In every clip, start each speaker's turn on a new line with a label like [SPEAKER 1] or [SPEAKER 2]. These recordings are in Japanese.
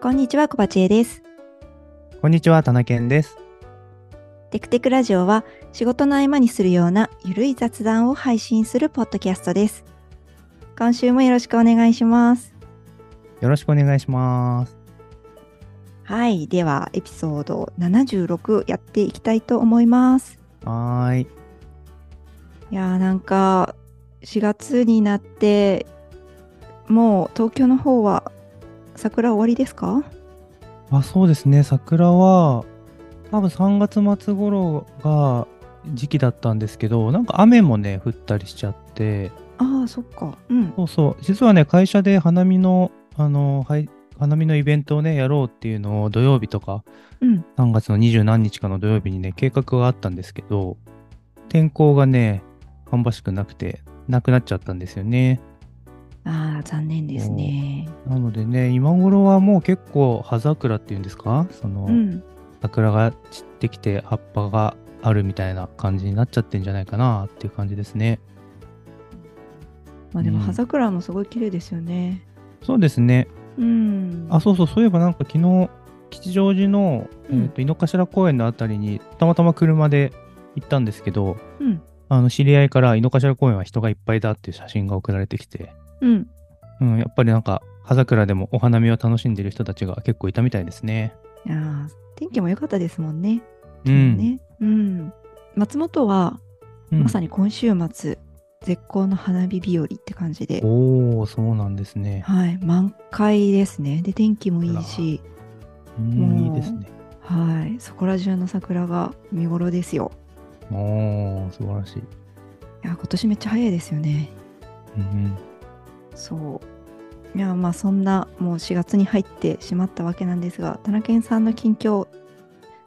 [SPEAKER 1] こんにちは、こばちえです。
[SPEAKER 2] こんにちは、たなけんです。
[SPEAKER 1] テクテクラジオは仕事の合間にするようなゆるい雑談を配信するポッドキャストです。今週もよろしくお願いします。
[SPEAKER 2] よろしくお願いします。
[SPEAKER 1] はい、ではエピソード76やっていきたいと思います。
[SPEAKER 2] はーい。
[SPEAKER 1] いやーなんか4月になってもう東京の方は桜終わりですか
[SPEAKER 2] あ、そうですね。桜は、多分3月末頃が時期だったんですけど、なんか雨もね、降ったりしちゃって、
[SPEAKER 1] ああ、そっか。うん。
[SPEAKER 2] そうそう。実はね、会社で花見の、あの、はい、花見のイベントをね、やろうっていうのを土曜日とか、
[SPEAKER 1] うん。
[SPEAKER 2] 3月の二十何日かの土曜日にね、計画があったんですけど、天候がね、芳しくなくて、なくなっちゃったんですよね。
[SPEAKER 1] ああ、残念ですね。
[SPEAKER 2] なのでね、今頃はもう結構葉桜っていうんですかその、
[SPEAKER 1] うん。
[SPEAKER 2] 桜が散ってきて葉っぱがあるみたいな感じになっちゃってんじゃないかなっていう感じですね。
[SPEAKER 1] まあでも
[SPEAKER 2] うん
[SPEAKER 1] 葉桜もすごい綺麗ですよね。
[SPEAKER 2] そうですね。
[SPEAKER 1] うん。
[SPEAKER 2] あ、そうそう、そういえばなんか昨日、吉祥寺の、え
[SPEAKER 1] うん
[SPEAKER 2] ーと井の頭公園のあたりにたまたま車で行ったんですけど、
[SPEAKER 1] うん。
[SPEAKER 2] あの知り合いから井の頭公園は人がいっぱいだっていう写真が送られてきて、
[SPEAKER 1] うん。
[SPEAKER 2] うん、やっぱりなんか葉桜でもお花見を楽しんでる人たちが結構いたみたいですね。
[SPEAKER 1] いやー天気も良かったですもんね。
[SPEAKER 2] うん。
[SPEAKER 1] ねうん。松本は、
[SPEAKER 2] うん
[SPEAKER 1] まさに今週末、絶好の花火日和って感じで、
[SPEAKER 2] おー、そうなんですね。
[SPEAKER 1] はい、満開ですね。で、天気もいいし、
[SPEAKER 2] う、
[SPEAKER 1] もうん
[SPEAKER 2] いいですね。
[SPEAKER 1] はい、そこら中の桜が見頃ですよ。
[SPEAKER 2] おー、素晴らしい。
[SPEAKER 1] いやー、今年めっちゃ早いですよね。
[SPEAKER 2] うん
[SPEAKER 1] そう。いやー、まあそんな、もう4月に入ってしまったわけなんですが、田中健さんの近況、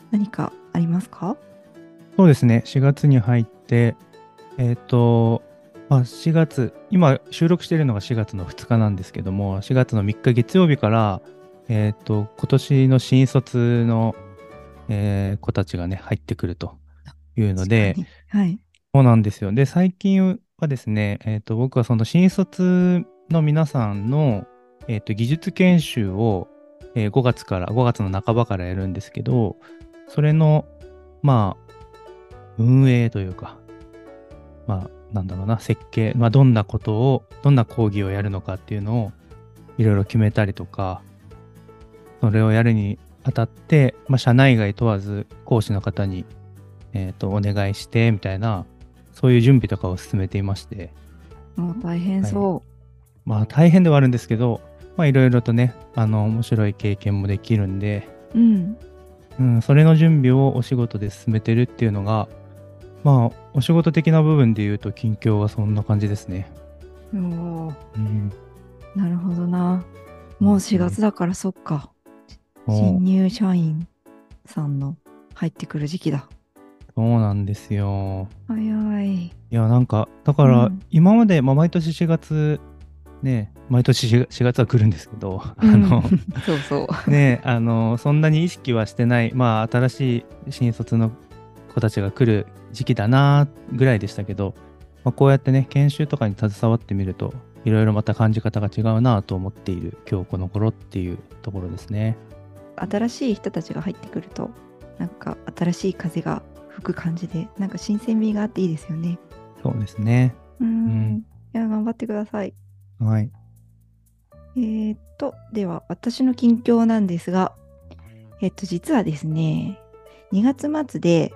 [SPEAKER 1] 何かありますか
[SPEAKER 2] うん、そうですね、4月に入って、えっ、と、まあ、4月、今収録しているのが4月の2日なんですけども、4月の3日月曜日から、えっ、と、今年の新卒の、えー子たちがね、入ってくるというので、
[SPEAKER 1] 確かにはい。
[SPEAKER 2] そうなんですよ。で、最近はですね、えっ、と、僕はその新卒の皆さんの、えっ、と、技術研修を、え5月から、5月の半ばからやるんですけど、それの、まあ、運営というか、まあ、なんだろうな、設計、まあ、どんなことを、どんな講義をやるのかっていうのを、いろいろ決めたりとか、それをやるにあたって、まあ、社内外問わず、講師の方に、えっ、と、お願いして、みたいな、そういう準備とかを進めていまして、
[SPEAKER 1] もう大変そ
[SPEAKER 2] まあ大変ではあるんですけど、まあいろいろとね、あの面白い経験もできるんで、
[SPEAKER 1] う。うん。
[SPEAKER 2] うん、それの準備をお仕事で進めてるっていうのが、まあお仕事的な部分で言うと近況はそんな感じですね。
[SPEAKER 1] おー
[SPEAKER 2] うん、
[SPEAKER 1] なるほどな。もう4月だからそっか。
[SPEAKER 2] そ
[SPEAKER 1] 新
[SPEAKER 2] う
[SPEAKER 1] 入社員さんの入ってくる時期だ。
[SPEAKER 2] そうなんですよ。
[SPEAKER 1] 早い。
[SPEAKER 2] いやなんかだか
[SPEAKER 1] う
[SPEAKER 2] ら
[SPEAKER 1] ん
[SPEAKER 2] 今まで、まあ、毎年4月ね毎年 4, 月は来るんですけど、あの
[SPEAKER 1] うんそうそう。
[SPEAKER 2] ねえあのそんなに意識はしてないまあ新しい新卒の子たちが来る時期だなぐらいでしたけど、まあ、こうやってね研修とかに携わってみるといろいろまた感じ方が違うなと思っている今日この頃っていうところですね。
[SPEAKER 1] 新しい人たちが入ってくると、なんか新しい風が吹く感じで、なんか新鮮味があっていいですよね。
[SPEAKER 2] そうですね。
[SPEAKER 1] うーん。
[SPEAKER 2] うん
[SPEAKER 1] いや、頑張ってください。
[SPEAKER 2] はい。
[SPEAKER 1] えー、っと、では私の近況なんですが、えっと、実はですね、2月末で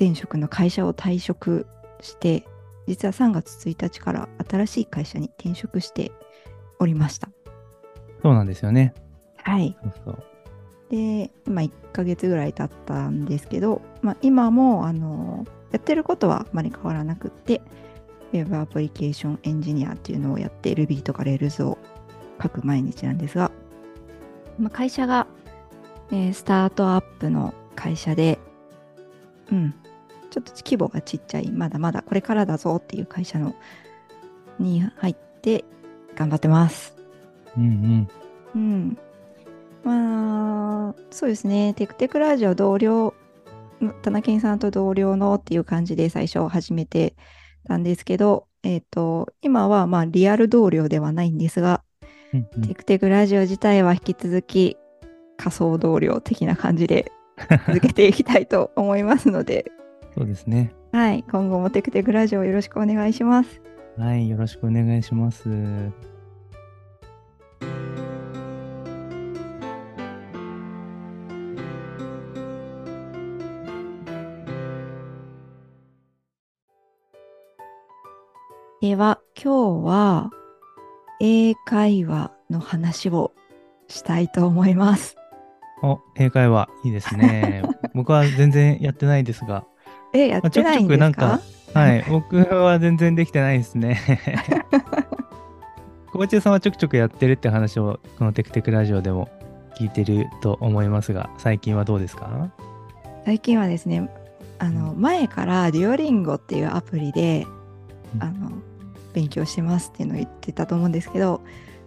[SPEAKER 1] 前職の会社を退職して、実は3月1日から新しい会社に転職しておりました。
[SPEAKER 2] そうなんですよね。
[SPEAKER 1] はい。
[SPEAKER 2] そうそう。
[SPEAKER 1] で、今1ヶ月ぐらい経ったんですけど、まあ、今も、あの、やってることはあまり変わらなくって、Web アプリケーションエンジニアっていうのをやって Ruby とか Rails を書く毎日なんですが、まあ、会社が、えースタートアップの会社で、うん、ちょっと規模がちっちゃい、まだまだこれからだぞっていう会社のに入って頑張ってます。
[SPEAKER 2] うん
[SPEAKER 1] うん。まあ、そうですね。テクテクラジオ同僚、田中健さんと同僚のっていう感じで最初始めてたんですけど、えっ、と、今はまあリアル同僚ではないんですが、
[SPEAKER 2] うん。うんうん
[SPEAKER 1] テクテクラジオ自体は引き続き、仮想同僚的な感じで続けていきたいと思いますので、
[SPEAKER 2] そうですね。
[SPEAKER 1] はい、今後もテクテクラジオよろしくお願いします。
[SPEAKER 2] はい、よろしくお願いします。
[SPEAKER 1] では、今日は英会話の話をしたいと思います。
[SPEAKER 2] お、英会話いいです ね。僕は全然やってないですが、
[SPEAKER 1] え、や
[SPEAKER 2] まあ
[SPEAKER 1] っ
[SPEAKER 2] ち
[SPEAKER 1] て
[SPEAKER 2] ょく
[SPEAKER 1] な
[SPEAKER 2] ち
[SPEAKER 1] い
[SPEAKER 2] ょ
[SPEAKER 1] んで
[SPEAKER 2] く
[SPEAKER 1] すか
[SPEAKER 2] なんか、はい、僕は全然できてないです ね。小林さんはちょくちょくやってるって話を、このテクテクラジオでも聞いてると思いますが、最近はどうですか
[SPEAKER 1] 最近はですねあの前からデュオリンゴっていうアプリで、
[SPEAKER 2] うん
[SPEAKER 1] あの勉強してますっていうのを言ってたと思うんですけど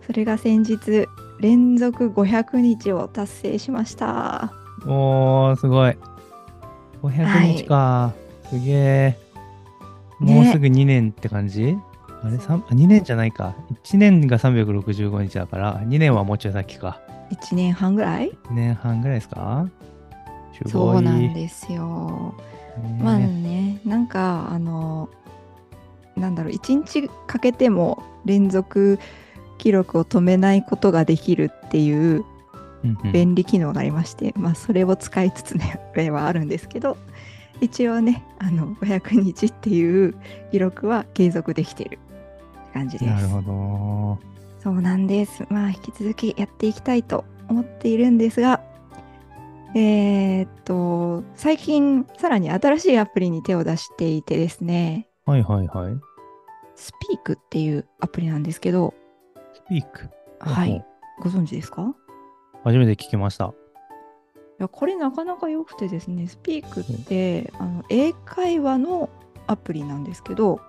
[SPEAKER 1] それが先日連続500日を達成しました
[SPEAKER 2] おー、すごい。500日か。すげえ。もう
[SPEAKER 1] ね
[SPEAKER 2] すぐ2年って感じ、あれ
[SPEAKER 1] そう
[SPEAKER 2] 三あ ?2 年じゃないか。1年が365日だから、2年はもうちょい先か。
[SPEAKER 1] 1年半ぐらい
[SPEAKER 2] 1年半ぐらいですかすごい。
[SPEAKER 1] そうなんですよ
[SPEAKER 2] ね
[SPEAKER 1] まあねなんかあのなんだろう1日かけても連続記録を止めないことができるっていう
[SPEAKER 2] うんうん
[SPEAKER 1] 便利機能がありまして、まあ、それを使いつつね例はあるんですけど一応ねあの500日っていう記録は継続できてるって感じです
[SPEAKER 2] なるほ
[SPEAKER 1] そうなんですまあ引き続きやっていきたいと思っているんですがえーっと最近さらに新しいアプリに手を出していてですね
[SPEAKER 2] ど。はいはいはい。
[SPEAKER 1] スピークっていうアプリなんですけど
[SPEAKER 2] スピーク。
[SPEAKER 1] は
[SPEAKER 2] ほう
[SPEAKER 1] いご存知ですか
[SPEAKER 2] ほう。初めて聞きました。
[SPEAKER 1] いやこれなかなか良くてですねスピークって、あの英会話のアプリなんですけど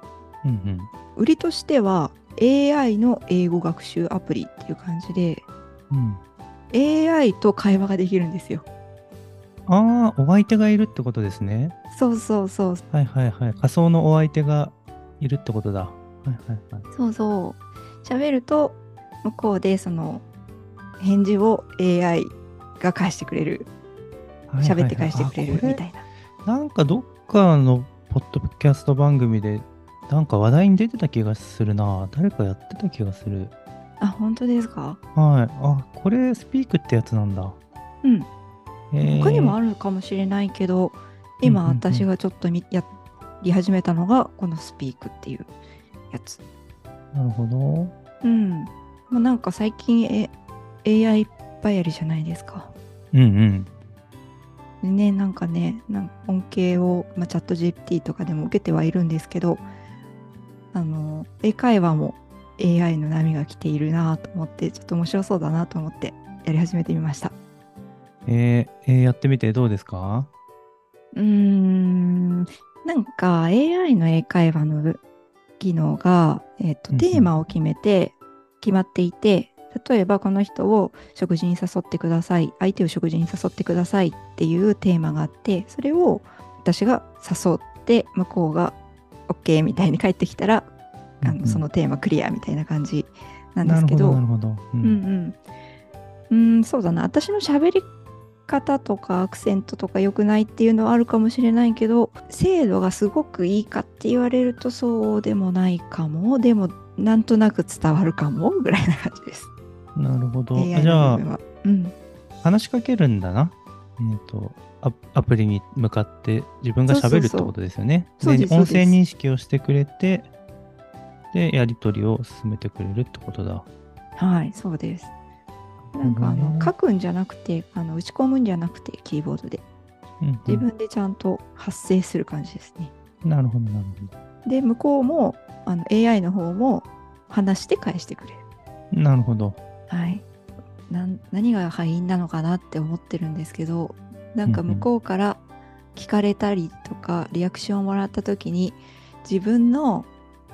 [SPEAKER 2] うんうん。
[SPEAKER 1] 売りとしては AI の英語学習アプリっていう感じで
[SPEAKER 2] うん、
[SPEAKER 1] AI と会話ができるんですよ
[SPEAKER 2] ああ、お相手がいるってことですね。
[SPEAKER 1] そうそうそう
[SPEAKER 2] はいはいはい。仮想のお相手がいるってことだ。はいはいはい。
[SPEAKER 1] そうそう喋ると向こうでその返事を AI が返してくれる
[SPEAKER 2] はいはい
[SPEAKER 1] 喋
[SPEAKER 2] はい
[SPEAKER 1] って返してくれる
[SPEAKER 2] あこ
[SPEAKER 1] みたいな
[SPEAKER 2] なんかどっかのポッドキャスト番組でなんか話題に出てた気がするな誰かやってた気がする
[SPEAKER 1] あ本当ですか
[SPEAKER 2] はいあこれスピークってやつなんだ
[SPEAKER 1] うん
[SPEAKER 2] えー
[SPEAKER 1] 他にもあるかもしれないけど、今
[SPEAKER 2] うんうんうん
[SPEAKER 1] 私がちょっとみやり始めたのがこのスピークっていうやつ。
[SPEAKER 2] なるほど
[SPEAKER 1] うん。まあ、なんか最近、え AI いっぱいありじゃないですか。
[SPEAKER 2] うんうん
[SPEAKER 1] でね、なんかね、なんか恩恵を、まあ、チャット GPT とかでも受けてはいるんですけど、あの、英会話も AI の波が来ているなと思って、ちょっと面白そうだなと思ってやり始めてみました。
[SPEAKER 2] えーえーやってみてどうですか
[SPEAKER 1] うーんなんか AI の英会話の技能が、えっ
[SPEAKER 2] うん
[SPEAKER 1] と
[SPEAKER 2] うん
[SPEAKER 1] テーマを決めて決まっていて例えばこの人を食事に誘ってください相手を食事に誘ってくださいっていうテーマがあってそれを私が誘って向こうが OK みたいに帰ってきたらあ
[SPEAKER 2] うんう
[SPEAKER 1] の
[SPEAKER 2] ん
[SPEAKER 1] そのテーマクリアみたいな感じなんですけど
[SPEAKER 2] なるほどなるほど、
[SPEAKER 1] う
[SPEAKER 2] う
[SPEAKER 1] んんうん、うん、そうだな私の喋り方とかアクセントとか良くないっていうのはあるかもしれないけど精度がすごくいいかって言われるとそうでもないかもでもなんとなく伝わるかもぐらいな感じです。
[SPEAKER 2] なるほど
[SPEAKER 1] AI
[SPEAKER 2] あじゃ
[SPEAKER 1] の
[SPEAKER 2] あ
[SPEAKER 1] 部分はうん、
[SPEAKER 2] 話しかけるんだなえっ、とアアプリに向かって自分が喋るってことですよね
[SPEAKER 1] そうそうそうそうですそう
[SPEAKER 2] 音
[SPEAKER 1] です
[SPEAKER 2] 声認識をしてくれてでやり取りを進めてくれるってことだ
[SPEAKER 1] はいそうです。なんかあ
[SPEAKER 2] う
[SPEAKER 1] の
[SPEAKER 2] ん
[SPEAKER 1] 書くんじゃなくてあの打ち込むんじゃなくてキーボードで
[SPEAKER 2] うんうん
[SPEAKER 1] 自分でちゃんと発声する感じですね。
[SPEAKER 2] なるほどなる
[SPEAKER 1] で向こうもあの AI の方も話して返してくれる。
[SPEAKER 2] ほどなるほど
[SPEAKER 1] はい、なん何が敗因なのかなって思ってるんですけどなんか
[SPEAKER 2] うんうん
[SPEAKER 1] 向こうから聞かれたりとかリアクションをもらった時に自分の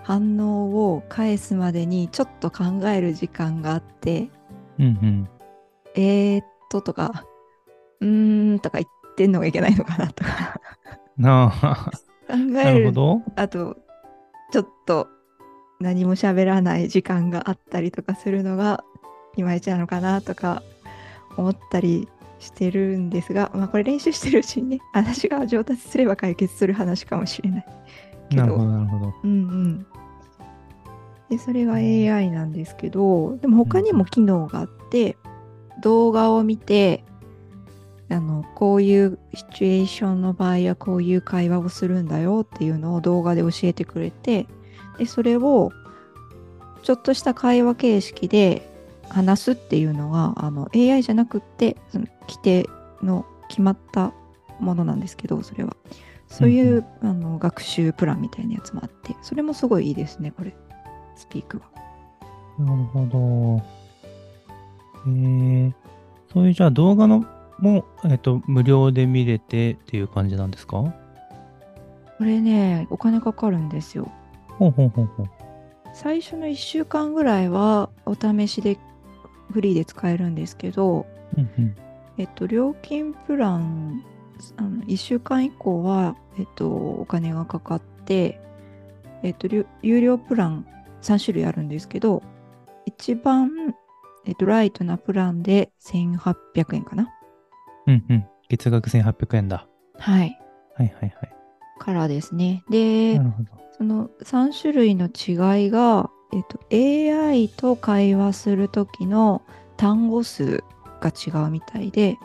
[SPEAKER 1] 反応を返すまでにちょっと考える時間があって
[SPEAKER 2] うんうん
[SPEAKER 1] 「えー、っと」とか「うーん」とか言ってんのがいけないのかなとか
[SPEAKER 2] なあ
[SPEAKER 1] 考
[SPEAKER 2] な
[SPEAKER 1] え
[SPEAKER 2] るほ
[SPEAKER 1] る
[SPEAKER 2] ど
[SPEAKER 1] あとちょっと何も喋らない時間があったりとかするのがいまいちなのかなとか思ったりしてるんですが、まあ、これ練習してるうちにね私が上達すれば解決する話かもしれない。けど
[SPEAKER 2] なるほど、なるほど。
[SPEAKER 1] うんうん、でそれが AI なんですけどでも他にも機能があって、動画を見てあのこういうシチュエーションの場合はこういう会話をするんだよっていうのを動画で教えてくれてでそれをちょっとした会話形式で話すっていうのがあの AI じゃなくってその規定の決まったものなんですけどそれはそういう、あの学習プランみたいなやつもあってそれもすごいいいですねこれスピークは
[SPEAKER 2] なるほど。えー、そういうじゃあ動画のも、えっと、無料で見れてっていう感じなんですか
[SPEAKER 1] これねお金かかるんですよ
[SPEAKER 2] ほうほうほうほう。
[SPEAKER 1] 最初の1週間ぐらいはお試しでフリーで使えるんですけど
[SPEAKER 2] うんうん。
[SPEAKER 1] えっと料金プランあの1週間以降はえっとお金がかかってえっとりゅ有料プラン3種類あるんですけど一番えっとライトなプランで1800円かな
[SPEAKER 2] うんうん。月額1800円だ。
[SPEAKER 1] はい
[SPEAKER 2] はいはいは
[SPEAKER 1] からですね
[SPEAKER 2] い。
[SPEAKER 1] で
[SPEAKER 2] なるほど。
[SPEAKER 1] その3種類の違いが、えっと、AI と会話する時の単語数が違うみたいで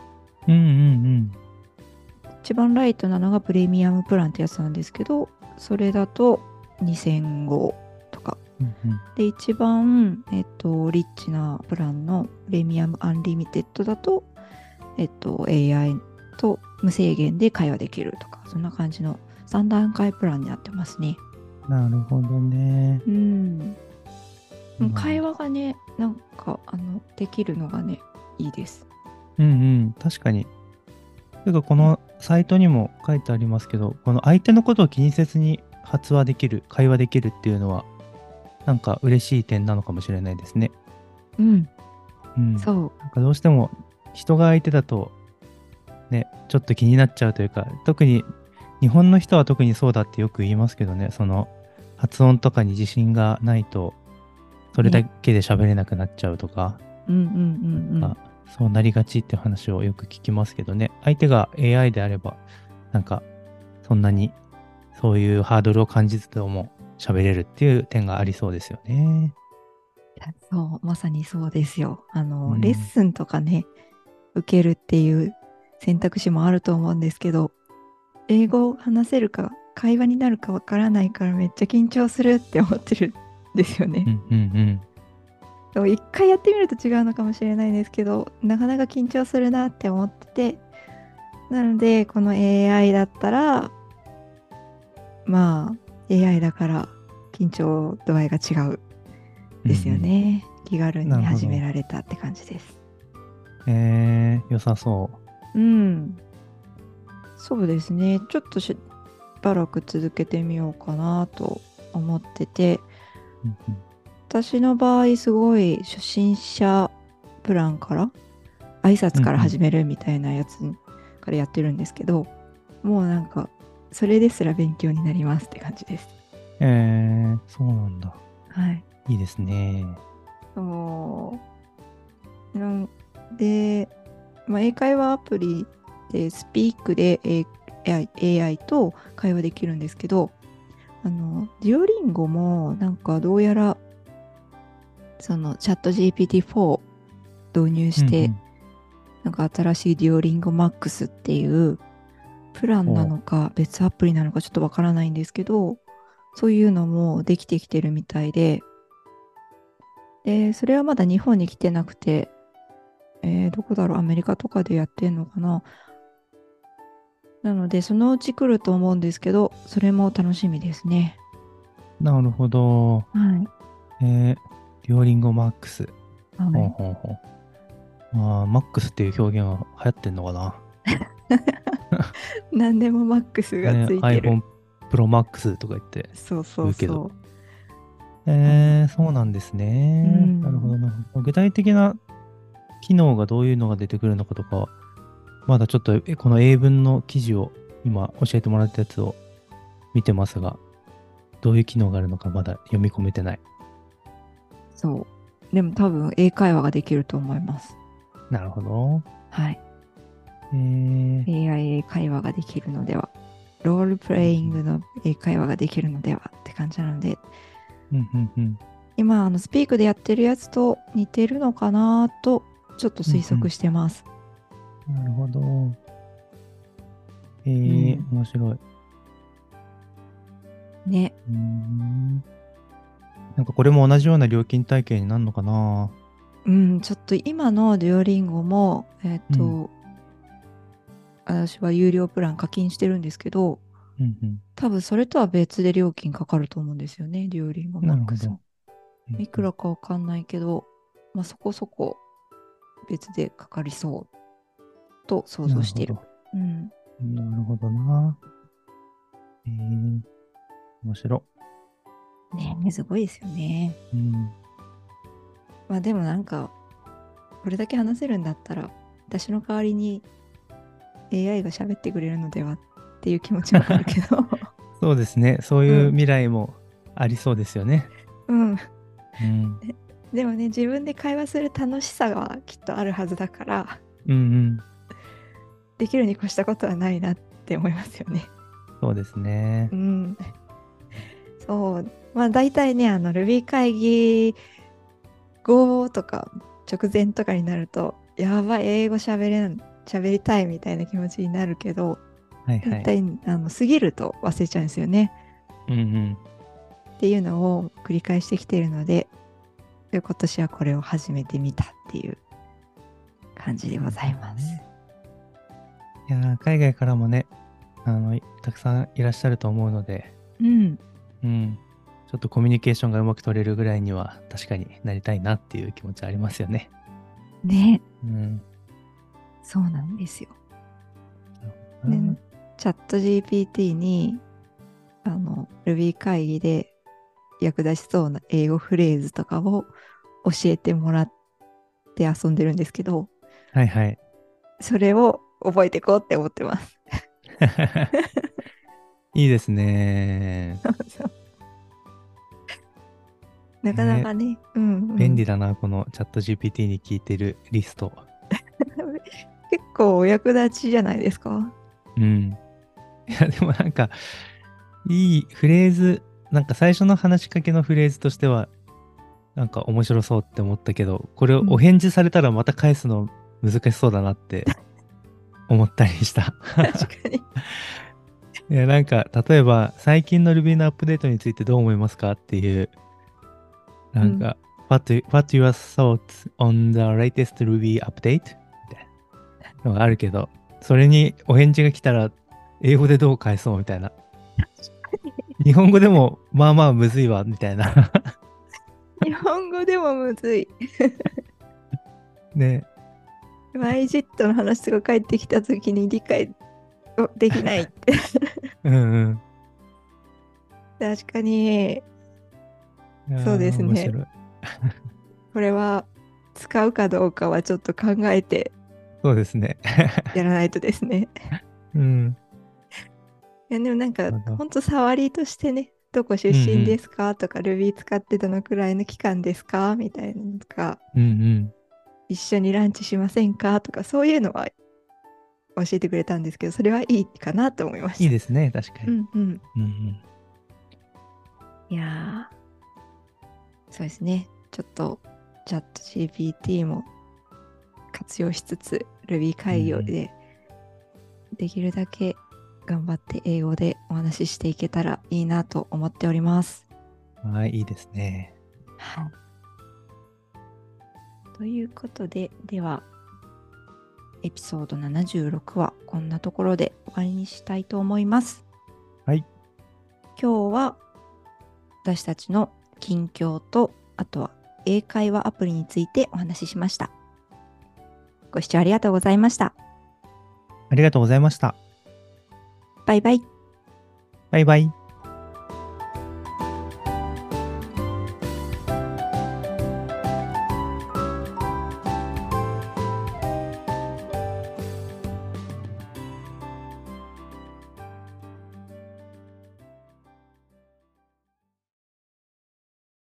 [SPEAKER 2] うんうん
[SPEAKER 1] 一番ライトなのがプレミアムプランってやつなんですけどそれだと2000語とか
[SPEAKER 2] うん。うんうん、
[SPEAKER 1] で一番、えっと、リッチなプランのプレミアムアンリミテッドだと、えっと、AI と無制限で会話できるとかそんな感じの3段階プランになってますね。
[SPEAKER 2] なるほどね。
[SPEAKER 1] うんもう
[SPEAKER 2] うん
[SPEAKER 1] 会話がね、なんかあのできるのがねいいです。
[SPEAKER 2] うんうん。確かに。というか、このサイトにも書いてありますけど、この相手のことを気にせずに発話できる、会話できるっていうのは、なんか嬉しい点なのかもしれないですね。
[SPEAKER 1] うん、
[SPEAKER 2] うん、
[SPEAKER 1] そう
[SPEAKER 2] なんかどうしても人が相手だと、ね、ちょっと気になっちゃうというか、特に日本の人は特にそうだってよく言いますけどね、その発音とかに自信がないと、それだけで喋れなくなっちゃうとか、
[SPEAKER 1] うんうんうんうん
[SPEAKER 2] あそうなりがちって話をよく聞きますけどね、相手が AI であれば、なんかそんなにそういうハードルを感じずとも喋れるっていう点がありそうですよね。
[SPEAKER 1] そうまさにそうですよあの、
[SPEAKER 2] うん
[SPEAKER 1] レッスンとかね受けるっていう選択肢もあると思うんですけど英語を話せるか会話になるかわからないからめっちゃ緊張するって思ってるんですよね
[SPEAKER 2] う。んうんうん。
[SPEAKER 1] でも一回やってみると違うのかもしれないですけどなかなか緊張するなって思っててなのでこの AI だったらまあ AI だから緊張度合いが違うですよね、気軽に
[SPEAKER 2] なるほど
[SPEAKER 1] 始められたって感じです
[SPEAKER 2] うんうん。えー、良さそう。
[SPEAKER 1] うんそうですねちょっとしばらく続けてみようかなと思ってて
[SPEAKER 2] うんうん
[SPEAKER 1] 私の場合すごい初心者プランから挨拶から始めるみたいなやつからやってるんですけど、もうなんかそれですら勉強になりますって感じです。
[SPEAKER 2] えー、そうなんだ。
[SPEAKER 1] はい、
[SPEAKER 2] いいですね。
[SPEAKER 1] そうなんで、まあ、英会話アプリでスピークで AI, AI と会話できるんですけどあのデュオリンゴもなんかどうやらそのチャット GPT4 導入して、
[SPEAKER 2] うんうん
[SPEAKER 1] なんか新しいデュオリンゴマックスっていうプランなのか別アプリなのかちょっとわからないんですけどそういうのもできてきてるみたいででそれはまだ日本に来てなくて、えーどこだろうアメリカとかでやってんのかななのでそのうち来ると思うんですけどそれも楽しみですね
[SPEAKER 2] なるほど。
[SPEAKER 1] はい、
[SPEAKER 2] えー、デュオリンゴマックス。ほう
[SPEAKER 1] は
[SPEAKER 2] ほうほう。あーマックスっていう表現は流行ってんのかな、
[SPEAKER 1] い、何でもマックスがついてる、
[SPEAKER 2] ?iPhone Pro Max とか言って。
[SPEAKER 1] そうそう
[SPEAKER 2] 言うけ
[SPEAKER 1] そ
[SPEAKER 2] ど
[SPEAKER 1] う
[SPEAKER 2] えー、そうなんですね。
[SPEAKER 1] うん
[SPEAKER 2] なるほどなるほど。具体的な機能がどういうのが出てくるのかとかは、まだちょっとえこの英文の記事を今教えてもらったやつを見てますが、どういう機能があるのかまだ読み込めてない。
[SPEAKER 1] そうでも多分英会話ができると思います
[SPEAKER 2] なるほど。
[SPEAKER 1] はい
[SPEAKER 2] えー
[SPEAKER 1] AI 英会話ができるのでは、ロールプレイングの英会話ができるのではって感じなので、
[SPEAKER 2] うんうんうん。
[SPEAKER 1] 今、あのスピークでやってるやつと似てるのかなと、ちょっと推測してます。
[SPEAKER 2] なるほど。えー
[SPEAKER 1] うん
[SPEAKER 2] 面白い。う
[SPEAKER 1] ね。
[SPEAKER 2] ーん。なんかこれも同じような料金体系になるのかな
[SPEAKER 1] うん、ちょっと今のデュオリンゴも、えっ、と、
[SPEAKER 2] う
[SPEAKER 1] 私は有料プラン課金してるんですけど、
[SPEAKER 2] うんうん。
[SPEAKER 1] 多分それとは別で料金かかると思うんですよね、デュオリンゴマ
[SPEAKER 2] なる
[SPEAKER 1] ッ
[SPEAKER 2] ほ
[SPEAKER 1] クス
[SPEAKER 2] ど。
[SPEAKER 1] いくらかわかんないけど、まあ、そこそこ別でかかりそうと想像している。うん、
[SPEAKER 2] なるほどな。えー、面白。
[SPEAKER 1] ねすごいですよね。
[SPEAKER 2] うん。
[SPEAKER 1] まあでもなんか、これだけ話せるんだったら、私の代わりに AI が喋ってくれるのではっていう気持ちはあるけど、
[SPEAKER 2] そうですね。そういううん未来もありそうですよね。
[SPEAKER 1] うん。
[SPEAKER 2] うん。
[SPEAKER 1] でもね、自分で会話する楽しさはきっとあるはずだから、
[SPEAKER 2] うんうん。
[SPEAKER 1] できるに越したことはないなって思いますよね。
[SPEAKER 2] そうですね
[SPEAKER 1] う。ん、そうまあ大体ねあの Ruby 会議後とか直前とかになるとやばい英語喋れん喋りたいみたいな気持ちになるけど
[SPEAKER 2] はい
[SPEAKER 1] 大
[SPEAKER 2] はい。
[SPEAKER 1] 体、あの過ぎると忘れちゃうんですよね
[SPEAKER 2] うんうん。
[SPEAKER 1] っていうのを繰り返してきてるので今年はこれを始めてみたっていう感じでございます。
[SPEAKER 2] いやー海外からもね、あの、いたくさんいらっしゃると思うので、
[SPEAKER 1] うん、
[SPEAKER 2] うん。ちょっとコミュニケーションがうまく取れるぐらいには確かになりたいなっていう気持ちありますよね。
[SPEAKER 1] ね
[SPEAKER 2] うん。
[SPEAKER 1] そうなんですよ。ねチャット GPT にあの Ruby 会議で役立ちそうな英語フレーズとかを教えてもらって遊んでるんですけど
[SPEAKER 2] はいはい。
[SPEAKER 1] それを覚えていこうって思ってます。
[SPEAKER 2] いいですね。
[SPEAKER 1] なかなかね、うん、うん
[SPEAKER 2] 便利だな、このチャット GPT に聞いてるリスト。
[SPEAKER 1] 結構お役立ちじゃないですか。
[SPEAKER 2] うん。いや、でもなんか、いいフレーズ、なんか最初の話しかけのフレーズとしては、なんか面白そうって思ったけど、これをお返事されたらまた返すの難しそうだなって思ったりした。
[SPEAKER 1] 確かに。
[SPEAKER 2] いや、なんか、例えば、最近の Ruby のアップデートについてどう思いますかっていう、なんか、What, what your thoughts on the latest Ruby update? みたいなのがあるけど、それにお返事が来たら、英語でどう返そうみた いな。日本語でも、まあまあむずいわ、みたいな。
[SPEAKER 1] 日本語でもむずい。
[SPEAKER 2] ね。
[SPEAKER 1] YGIT の話が返ってきた時に理解をできないって。
[SPEAKER 2] うんうん。
[SPEAKER 1] 確かに
[SPEAKER 2] いやー
[SPEAKER 1] そうですね
[SPEAKER 2] 面白い。
[SPEAKER 1] これは使うかどうかはちょっと考えて
[SPEAKER 2] そうですね。
[SPEAKER 1] やらないとですね。
[SPEAKER 2] うん。
[SPEAKER 1] いやでもなんか
[SPEAKER 2] なるほど
[SPEAKER 1] ほんと触りとしてね、どこ出身ですかとか、Ruby 使ってどのくらいの期間ですかみたいなのとか、
[SPEAKER 2] うんうん。
[SPEAKER 1] 一緒にランチしませんかとか、そういうのは教えてくれたんですけど、それはいいかなと思いました。
[SPEAKER 2] いいですね、確か
[SPEAKER 1] う
[SPEAKER 2] に。
[SPEAKER 1] んうん。
[SPEAKER 2] うんうん。
[SPEAKER 1] いやーそうですね。ちょっとチャット GPT も活用しつつ Ruby 会議をで、できるだけ頑張って英語でお話ししていけたらいいなと思っております。
[SPEAKER 2] はい、いいですね。
[SPEAKER 1] ということで、ではエピソード76はこんなところで終わりにしたいと思います。
[SPEAKER 2] はい。
[SPEAKER 1] 今日は私たちの近況とあとは英会話アプリについてお話ししました。ご視聴ありがとうございました。
[SPEAKER 2] ありがとうございました。
[SPEAKER 1] バイバイ。
[SPEAKER 2] バイバイ。